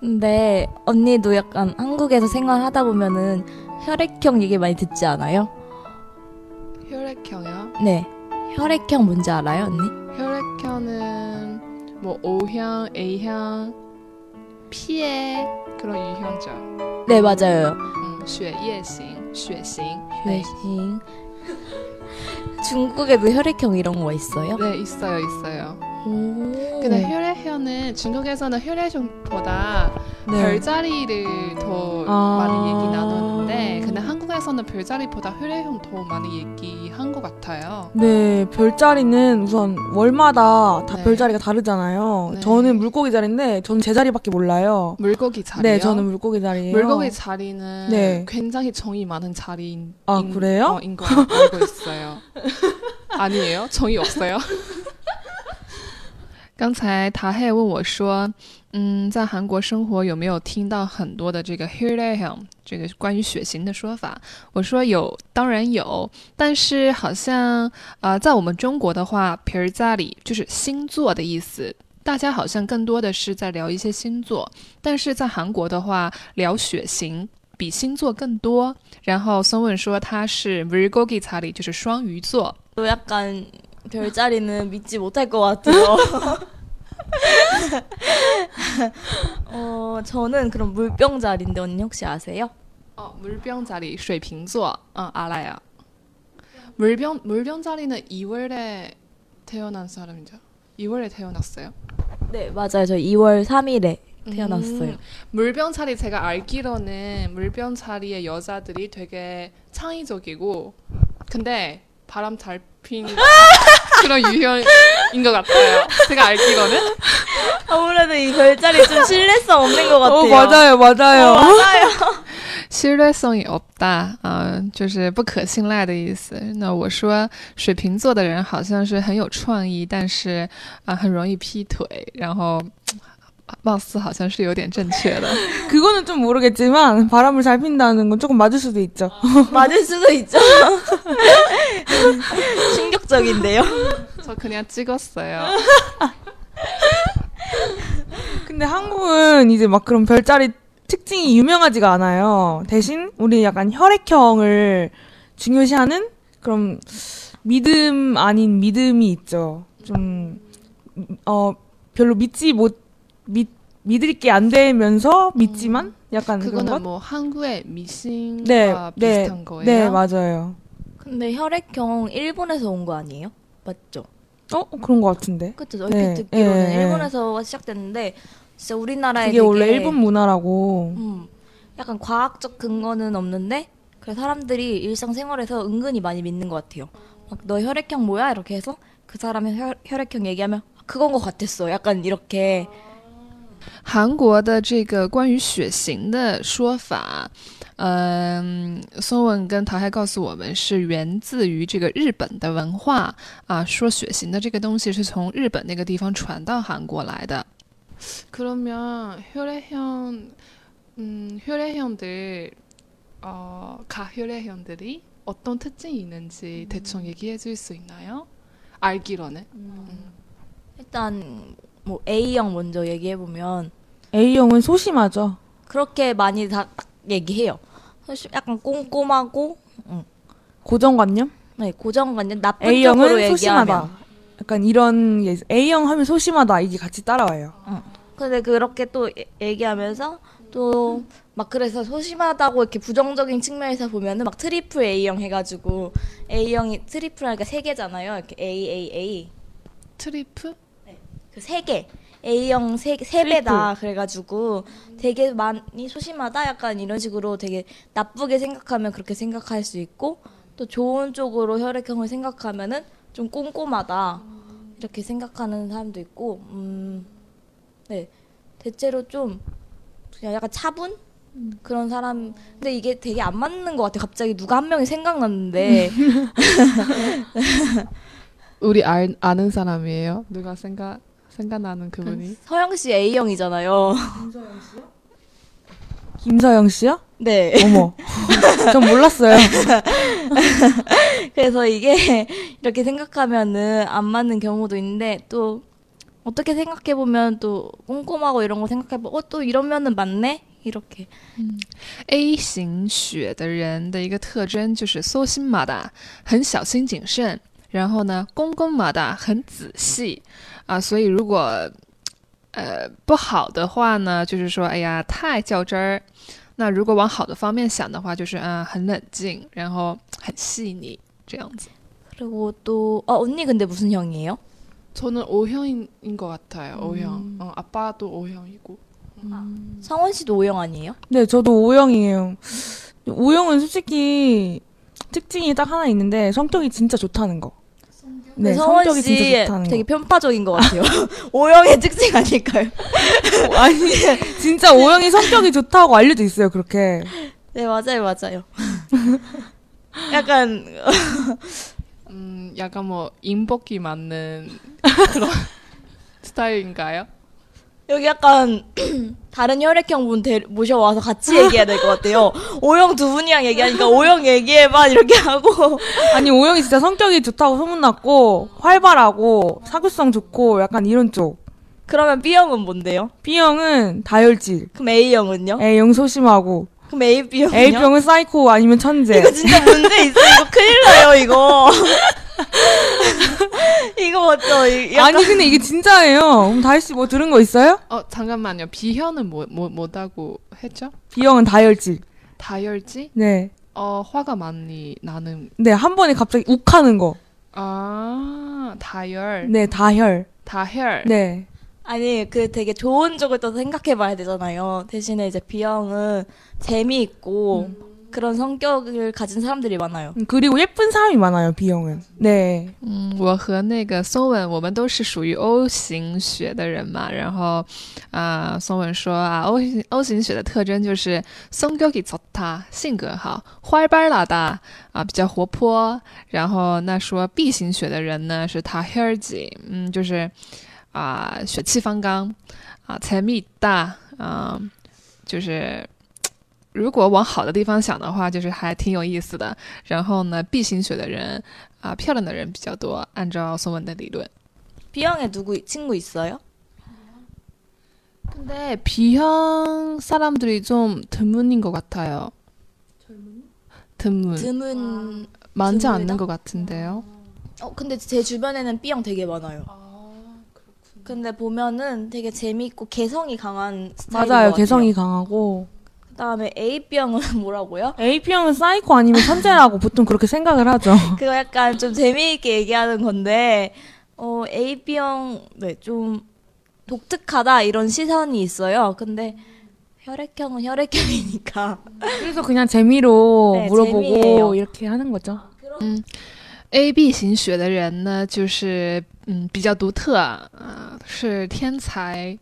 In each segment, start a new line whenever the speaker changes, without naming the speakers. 근데 언니도 약간 한국에서 생활하다 보면은 혈액형 얘기 많이 듣지 않아요?
혈액형이요?
네. 혈액형 뭔지 알아요, 언니?
혈액형은 뭐 O형, A형, P의 그런 유형죠.
네, 맞아요.
음, 血液型,血型. 네.
혈액형. 중국에도 혈액형 이런 거 있어요?
네, 있어요, 있어요.
네.
오. 네.
근데 혈액형은 중국에서는 혈액형보다
네.
별자리를 더
아.
많이 얘기 나누는데, 근데 한국에서는 별자리보다 혈액형 더 많이 얘기한 것 같아요.
네, 별자리는 우선 월마다 다
네.
별자리가 다르잖아요.
네.
저는 물고기 자리인데 저는 제 자리밖에 몰라요.
물고기 자리요?
네, 저는 물고기 자리예요.
물고기 자리는
네.
굉장히 정이 많은 자리인
아,
인-
그래요?
어, 인거 알고 있어요. 아니에요? 정이 없어요? 刚才达黑问我说：“嗯，在韩国生活有没有听到很多的这个 h e r e h a m 这个关于血型的说法？”我说有，当然有，但是好像呃，在我们中国的话，皮儿家里就是星座的意思，大家好像更多的是在聊一些星座。但是在韩国的话，聊血型比星座更多。然后孙问说他是 Virgo g i a 里，就是双鱼座。
또 약간 별자리는 믿지 못할 것 같아요. 어, 저는 그럼 물병 자리인데 언니 혹시 아세요?
哦，물병자리水瓶座。嗯，阿拉呀。물병물병자리는2월에태어난사람이죠2월에태어났어요
네, 맞아요. 저 2월 3일에 태어났어요.
물병자리 제가 알기로는 물병자리의 여자들이 되게 창의적이고 근데 바람 잘 핀 그런 유형인 것 같아요. 제가 알기로는.
아무래도 이 별자리 좀 신뢰성 없는 것 같아요.
어, 맞아요, 맞아요.
어. 신뢰성이 없다，啊、就是不可信赖的意思。那我说水瓶座的人好像是很有创意，但是啊、很容易劈腿，然后啊貌似好像是有点正确的。
그거는 좀 모르겠지만 바람을 잘 핀다는 건 조금 맞을 수도 있죠.
맞을 수도 있죠. 충격적인데요.
저그냥찍었어요。
근데 한국은 이제 막 그런 별자리 특징이 유명하지가 않아요. 대신 우리 약간 혈액형을 중요시하는 그런 믿음 아닌 믿음이 있죠. 좀, 어, 별로 믿지 못, 믿, 믿을 게 안 되면서 믿지만 약간 그런
음. 그거는
것?
뭐 한국의 미신과
네, 네,
비슷한 거예요.
네, 맞아요.
근데 혈액형 일본에서 온 거 아니에요? 맞죠?
어? 그런 것 같은데.
그쵸. 얼핏
네,
듣기로는
예, 예.
일본에서 시작됐는데 진짜 우리나라에
그게
되게
원래 일본 문화라고.
음, 약간 과학적 근거는 없는데 그래 사람들이 일상생활에서 은근히 많이 믿는 것 같아요. 막 너 혈액형 뭐야? 이렇게 해서 그 사람의 혈, 혈액형 얘기하면 아, 그건 것 같았어. 약간 이렇게
韩国的这个关于血型的说法，嗯，孙文跟陶海告诉我们是源自于这个日本的文化啊，说血型的这个东西是从日本那个地方传到韩国来的。그러면혈액형음혈액형들어가혈액형들이어떤특징이있는지대충얘기해줄수있나요알기로는
일단 뭐 A형 먼저 얘기해 보면
A형은 소심하죠.
그렇게 많이 다 딱 얘기해요. 사실 약간 꼼꼼하고
고정관념?
네, 고정관념 나쁜 쪽으로
A형은 소심하다.
얘기하면
약간 이런 게 있- A형 하면 소심하다 이게 같이 따라와요.
근데 그렇게 또 예- 얘기하면서 또 막 그래서 소심하다고 이렇게 부정적인 측면에서 보면은 막 트리플 A형 해가지고 A형이 트리플 하니까 세 개잖아요. 이렇게 A A A
트리프
그 세 개. A형 세, 세 배다 그래가지고 되게 많이 소심하다 약간 이런 식으로 되게 나쁘게 생각하면 그렇게 생각할 수 있고 또 좋은 쪽으로 혈액형을 생각하면은 좀 꼼꼼하다 이렇게 생각하는 사람도 있고 음, 네 대체로 좀 그냥 약간 차분 그런 사람 근데 이게 되게 안 맞는 것 같아요 갑자기 누가 한 명이 생각났는데
우리 알, 아는 사람이에요. 누가 생각 생각나는 그분이?
서영 씨 A형이잖아요
김서영 씨요?
네
어머. 전 몰랐어요.
그래서 이게 이렇게 생각하면은 안 맞는 경우도 있는데 또 어떻게 생각해 보면 또 꼼꼼하고 이런 거 생각해 보면 어또 이러면은 맞네 이렇게
A 型血的人的一个特征就是搜心马达，很小心谨慎，然后呢，公公马达很仔细啊，所以如果呃不好的话呢，就是说哎呀太较真儿。那如果往好的方面想的话，就是啊很冷静，然后很细腻这样子。
그리고 또 아 언니 근데 무슨 형이에요?
저는 O형인 것 같아요. O형. 어, 아빠도 O형이고.
성원 씨도 O형 아니에요?
네, 저도 O형이에요. O형은 솔직히 특징이 딱 하나 있는데 성격이 진짜 좋다는 거. 네,
성원
성격이
씨
진짜 좋다는
되게 편파적인 것 같아요. O형의 특징 아닐까요?
거. 아니, 진짜 O형이 성격이 좋다고 알려져 있어요, 그렇게.
네 맞아요 맞아요. 약간
음, 약간 뭐 인복이 맞는 그런 스타일인가요?
여기 약간 다른 혈액형 분 데, 모셔와서 같이 얘기해야 될 것 같아요. O형 두 분이랑 얘기하니까 O형 얘기해봐 이렇게 하고
아니, O형이 진짜 성격이 좋다고 소문났고, 활발하고, 사교성 좋고, 약간 이런 쪽.
그러면 B형은 뭔데요?
B형은 다혈질.
그럼 A형은요?
A형 소심하고,
그럼 AB형은요?
A형은 사이코 아니면 천재.
이거 진짜 문제 있어. 이거 큰일 나요, 이거. 이거 맞죠? 이- 약간
아니, 근데 이게 진짜예요. 그럼 다혜씨 뭐 들은 거 있어요?
어, 잠깐만요. B형은 뭐, 뭐, 뭐다고 했죠?
B형은 다혈질.
다혈지?
네.
어, 화가 많이 나는.
네, 한 번에 갑자기 욱하는 거.
아, 다혈.
네, 다혈.
다혈.
네.
아니 그 되게 좋은 쪽을 또 생각해봐야 되잖아요. 대신에 이제 B형은 재미있고
음.
그런 성격을 가진 사람들이 많아요.
그리고 예쁜 사람이 많아요, B형은. 네.
嗯，我和那个松文，我们都是属于 O 型血的人嘛。然后，啊、松文说啊，O 型 O 型血的特征就是松격이좋다，性格好，활발하다，啊，比较活泼。然后那说 B 型血的人呢是다혈지，嗯，就是啊、血气方刚，啊，재미있다，啊、就是。如果往好的地方想的话，就是还挺有意思的。然后呢，B 型血的人啊，漂亮的人比较多。按照宋文的理论，
B형에 누구 친구 있어요?
근데 B형 사람들이 좀 드문인 것 같아요.
음.
드문? 드문.
아.
드문
많지
드물다?
않는 것 같은데요.
어 근데 제 주변에는 B형 되게 많아요. 근데 보면은 되게 재미있고 개성이 강한 스타일인 것
맞아요.
같아요.
개성이 강하고.
그다음에 AB형은 뭐라고요?
AP형은 사이코 아니면 천재라고 보통 그렇게 생각을 하죠.
그거 약간 좀 재미있게 얘기하는 건데 어 AB형 네 좀 독특하다 이런 시선이 있어요. 근데 혈액형은 혈액형이니까
그래서 그냥 재미로
네,
물어보고
재미예요.
이렇게 하는 거죠.
A B 型血的人呢，就是嗯比较独特啊、
아，
是天才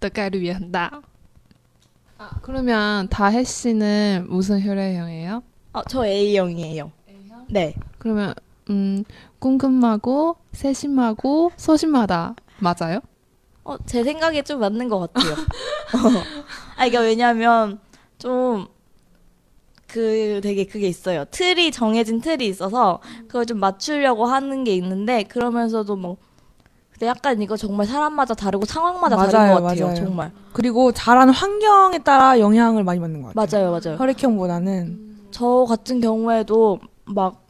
的概率也很大。
아， 그러면 다혜 씨는 무슨 혈액형이에요?
어 저 A형이에요. 네.
그러면 음, 궁금하고 세심하고 소심하다 맞아요?
어, 제 생각에 좀 맞는 것 같아요. 어. 아, 이게 왜냐면, 좀, 그, 되게 그게 있어요. 틀이, 정해진 틀이 있어서, 그걸 좀 맞추려고 하는 게 있는데, 그러면서도 뭐, 근데 약간 이거 정말 사람마다 다르고 상황마다 다른
맞아요,
것 같아요.
맞아요.
정말.
그리고 자란 환경에 따라 영향을 많이 받는 것 같아요.
맞아요, 맞아요.
혈액형보다는
저 같은 경우에도 막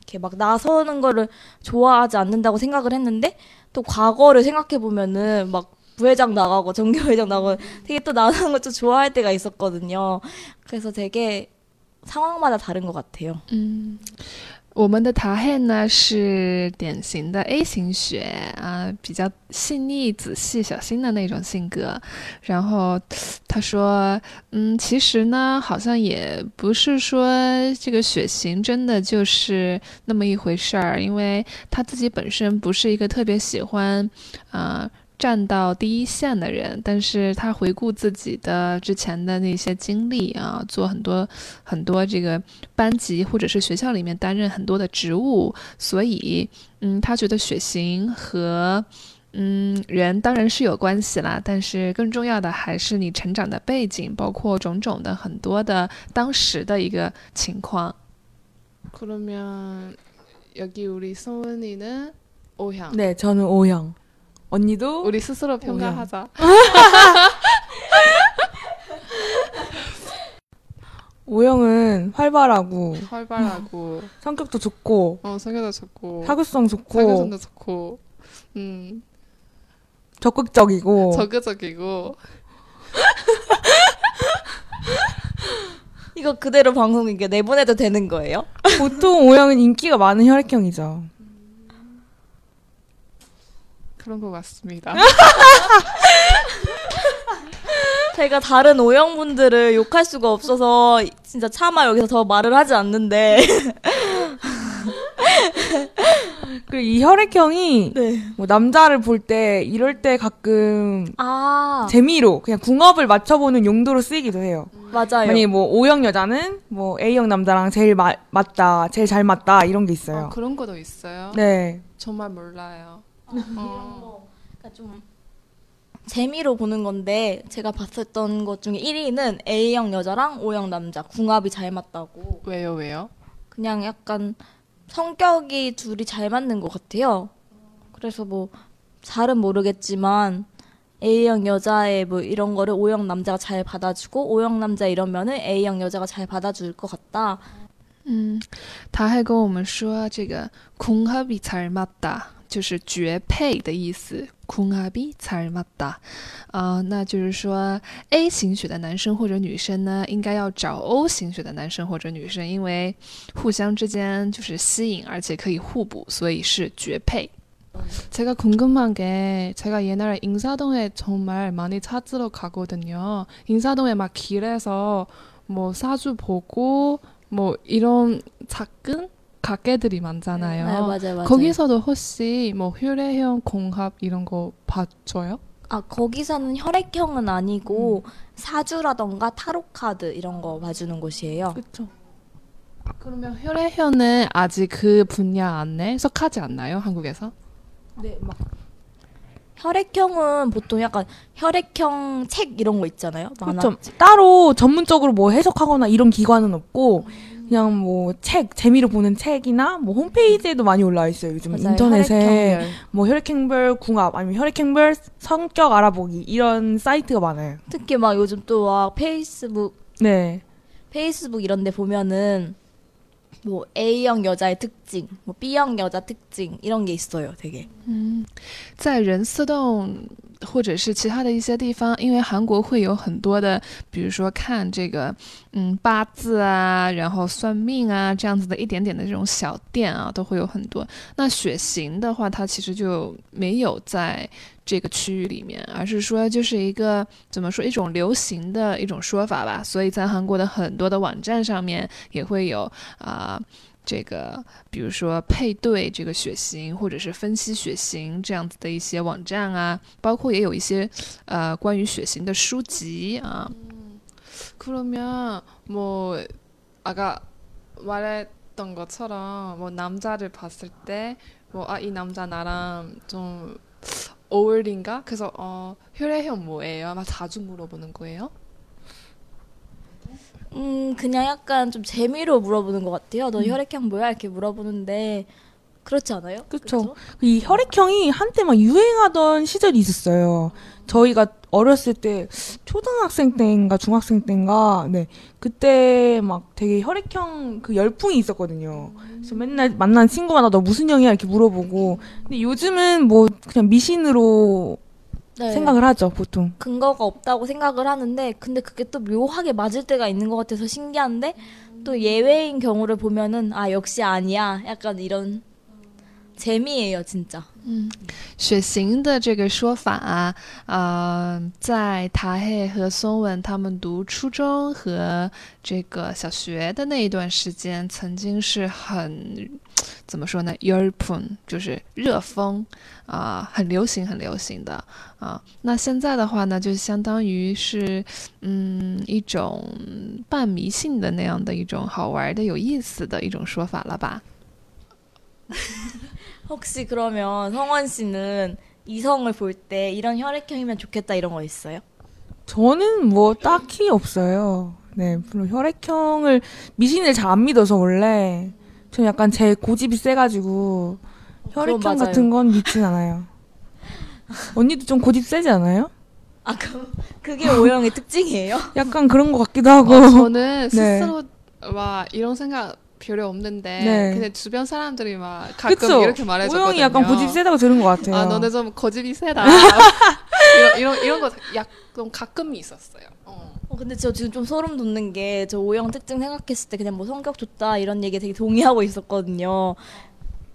이렇게 막 나서는 거를 좋아하지 않는다고 생각을 했는데 또 과거를 생각해 보면은 막 부회장 나가고 정교회장 나가고 되게 또 나서는 것좀 좋아할 때가 있었거든요. 그래서 되게 상황마다 다른 것 같아요.
嗯，我们的塔黑呢是典型的 A 型血啊，比较细腻、仔细、小心的那种性格。然后他说，嗯，其实呢，好像也不是说这个血型真的就是那么一回事儿，因为他自己本身不是一个特别喜欢，呃。站到第一线的人，但是他回顾自己的之前的那些经历啊，做很多很多这个班级或者是学校里面担任很多的职务，所以，嗯，他觉得血型和嗯人当然是有关系啦，但是更重要的还是你成长的背景，包括种种的很多的当时的一个情况。
그러면 여기 우리 소은이는 O형
네 저는 O형. 언니도
우리 스스로 평가하자.
오영은 활발하고
활발하고
성격도 좋고
어, 성격도 좋고
사교성 좋고
사교성도 좋고 음,
적극적이고
적극적이고
이거 그대로 방송 이게 내보내도 되는 거예요?
보통 오영은 인기가 많은 혈액형이죠.
그런 것 같습니다.
제가 다른 오영분들을 욕할 수가 없어서 진짜 차마 여기서 더 말을 하지 않는데
그리고 이 혈액형이
네.
뭐 남자를 볼 때 이럴 때 가끔
아
재미로 그냥 궁합을 맞춰보는 용도로 쓰이기도 해요.
예.
맞아요.
만약에 뭐 O형 여자는 뭐 A형 남자랑 제일 마- 맞다, 제일 잘 맞다 이런 게
어,
있어요.
그런 것도 있어요.
네,
정말 몰라요. 어,
그러니까 좀 재미로 보는 건데 제가 봤었던 것 중에 1위는 A형 여자랑 O형 남자 궁합이 잘 맞다고
왜요, 왜요?
그냥 약간 성격이 둘이 잘 맞는 것 같아요. 그래서 뭐 잘은 모르겠지만 A형 여자의 뭐 이런 거를 O형 남자가 잘 받아주고 O형 남자 이러면은 A형 여자가 잘 받아줄 것 같다.
嗯，他还跟我们说，这个“空哈比才尔马达”就是绝配的意思，“空哈比才尔马达”啊，那就是说 A 型血的男生或者女生呢，应该要找 O 型血的男生或者女生，因为互相之间就是吸引，而且可以互补，所以是绝配。
제가 궁금한 게 제가 옛날에 인사동에 정말 많이 찾으러 가거든요. 인사동에 막 길에서 뭐 사주 보고 뭐 이런 작은 가게들이 많잖아요.
네, 맞아요, 맞아요.
거기서도 혹시 뭐 효래형 공합 이런 거 봐줘요?
아 거기서는 혈액형은 아니고 사주라던가 타로 카드 이런 거 봐주는 곳이에요.
그렇죠.
그러면 효래형은 아직 그 분야 안에 속하지 않나요? 한국에서?
네, 막
혈액형은 보통 약간 혈액형 책 이런 거 있잖아요. 만화.
그렇죠. 따로 전문적으로 뭐 해석하거나 이런 기관은 없고
음.
그냥 뭐 책 재미로 보는 책이나 뭐 홈페이지에도 많이 올라와 있어요. 요즘
맞아요.
인터넷에
혈액형별.
뭐 혈액형별 궁합 아니면 혈액형별 성격 알아보기 이런 사이트가 많아요.
특히 막 요즘 또 막 페이스북
네.
페이스북 이런 데 보면은 뭐 A형 여자의 특징, 뭐 B형 여자 특징 이런 게 있어요, 되게.
嗯，在仁寺洞或者是其他的一些地方，因为韩国会有很多的，比如说看这个，嗯，八字啊，然后算命啊，这样子的一点点的这种小店啊，都会有很多。那血型的话，它其实就没有在这个区域里面，而是说就是一个怎么说一种流行的一种说法吧。所以在韩国的很多的网站上面也会有啊。这个，比如说配对这个血型，或者是分析血型这样子的一些网站啊，包括也有一些呃关于血型的书籍啊。
그러면 뭐 아까 말했던 것처럼 뭐 남자를 봤을 때 뭐 아 이 남자 나랑 좀 어울린가? 그래서 어 혈액형 뭐예요? 아마 자주 물어보는 거예요?
음, 그냥 약간 좀 재미로 물어보는 것 같아요.
음.
너 혈액형 뭐야? 이렇게 물어보는데 그렇지 않아요?
그쵸. 이 혈액형이 한때 막 유행하던 시절이 있었어요. 저희가 어렸을 때 초등학생 때인가 중학생 때인가 네 그때 막 되게 혈액형 그 열풍이 있었거든요. 그래서 맨날 만난 친구마다 너 무슨 형이야 이렇게 물어보고 근데 요즘은 뭐 그냥 미신으로
네.
생각을 하죠 보통.
근거가 없다고 생각을 하는데 근데 그게 또 묘하게 맞을 때가 있는 것 같아서 신기한데 또 예외인 경우를 보면은 아 역시 아니야 약간 이런 재미예요 진짜
嗯血型的这个说法啊，呃，在塔黑和松文他们读初中和这个小学的那一段时间，曾经是很怎么说呢 y o r p u n 就是热风啊、很流行，很流行的啊、那现在的话呢，就相当于是嗯一种半迷信的那样的一种好玩的、有意思的一种说法了吧？
혹시 그러면 성원 씨는 이성을 볼 때 이런 혈액형이면 좋겠다 이런 거 있어요?
저는 뭐 딱히 없어요. 네, 물론 혈액형을 미신을 잘 안 믿어서 원래 저는 약간 제 고집이 세가지고
그건
혈액형
맞아요.
같은 건 믿진 않아요. 언니도 좀 고집 세지 않아요?
아 그럼 그게 오영의 특징이에요?
약간 그런 것 같기도 하고.
어, 저는
네.
스스로 와 이런 생각 별로 없는데
네.
근데 주변 사람들이 막 가끔
그쵸?
이렇게 말해줬거든요.
오영이 약간 고집 세다고 들은 것 같아요.
아 너네 좀 거짓이 세다. 이런 이런 이런 거약좀 가끔 있었어요. 어.
어, 근데 저 지금 좀 소름 돋는 게 저 오영 특징 생각했을 때 그냥 뭐 성격 좋다 이런 얘기에 되게 동의하고 있었거든요.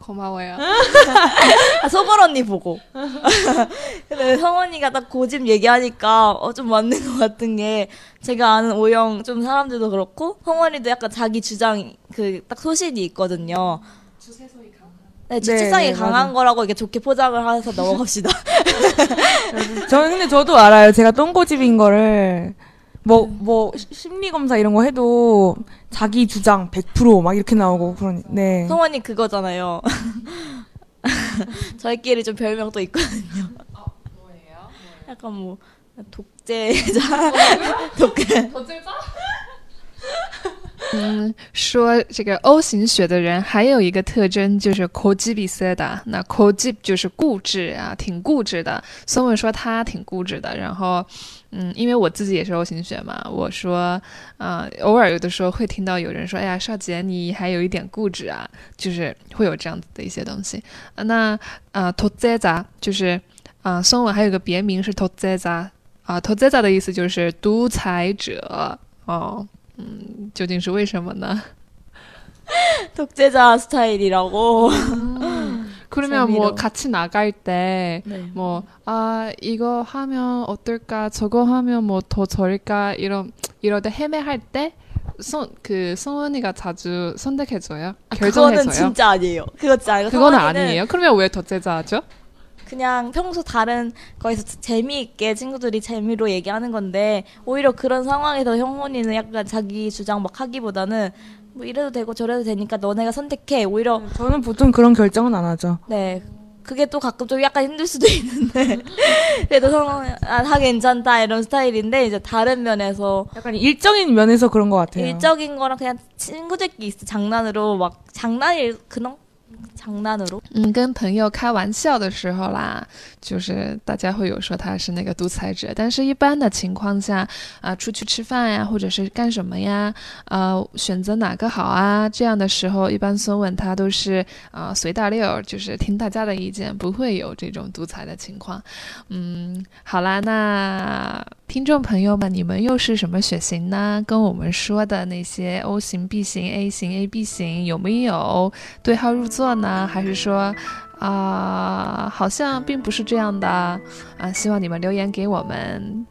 고마워요.
아, 소걸 언니 보고. 근데 성원이가 딱 고집 얘기하니까 어, 좀 맞는 것 같은 게 제가 아는 오영 좀 사람들도 그렇고 성원이도 약간 자기 주장 그 딱 소신이 있거든요. 네, 주체성이
네,
강한
맞아요.
거라고 이렇게 좋게 포장을 해서 넘어갑시다.
저는 근데 저도 알아요. 제가 똥고집인 거를 뭐 뭐 심리 검사 이런 거 해도 자기 주장 100%막 이렇게 나오고 그런 네.
성원이 그거잖아요. 저희끼리 좀 별명도 있거든요.
아, 뭐예요?
약간 뭐 독재자, 독재.
嗯，说这个 O 型血的人还有一个特征就是口急比塞达，那口急就是固执啊，挺固执的。孙文说他挺固执的，然后，嗯，因为我自己也是 O 型血嘛，我说，啊、偶尔有的时候会听到有人说，哎呀，少杰你还有一点固执啊，就是会有这样子的一些东西。啊那啊，头塞杂就是啊、孙文还有个别名是头塞杂啊，头塞杂的意思就是独裁者哦。究竟是为什么呢？
독재자 스타일이라고.
그러면 뭐
재미로.
같이 나갈 때
네.
뭐, 아, 이거 하면 어떨까, 저거 하면 뭐 더 저릴까, 이런, 이러다 헤매할 때, 손, 그, 성원이가 자주 선택해줘요? 결정해줘요?
아, 그거는 진짜 아니에요. 그거 진짜 아니고
그건
성원이는
아니에요? 그러면 왜 덧제자죠?
그냥 평소 다른 거에서 재미있게 친구들이 재미로 얘기하는 건데 오히려 그런 상황에서 형훈이는 약간 자기 주장 막 하기보다는 뭐 이래도 되고 저래도 되니까 너네가 선택해. 오히려
저는 보통 그런 결정은 안 하죠.
네. 그게 또 가끔 좀 약간 힘들 수도 있는데 그래도 성원 아, 다 괜찮다 이런 스타일인데 이제 다른 면에서
약간 일적인 면에서 그런 것 같아요.
일적인 거랑 그냥 친구들끼리 있어 장난으로 막 장난일 그런 장난으로
嗯，跟朋友开玩笑的时候啦，就是大家会有说他是那个独裁者，但是一般的情况下啊，出去吃饭呀，或者是干什么呀，呃，选择哪个好啊，这样的时候，一般孙文他都是啊随大溜，就是听大家的意见，不会有这种独裁的情况。嗯，好啦，那听众朋友们，你们又是什么血型呢？跟我们说的那些 O 型、B 型、A 型、AB 型有没有？对号入座呢，还是说，啊、好像并不是这样的啊、希望你们留言给我们。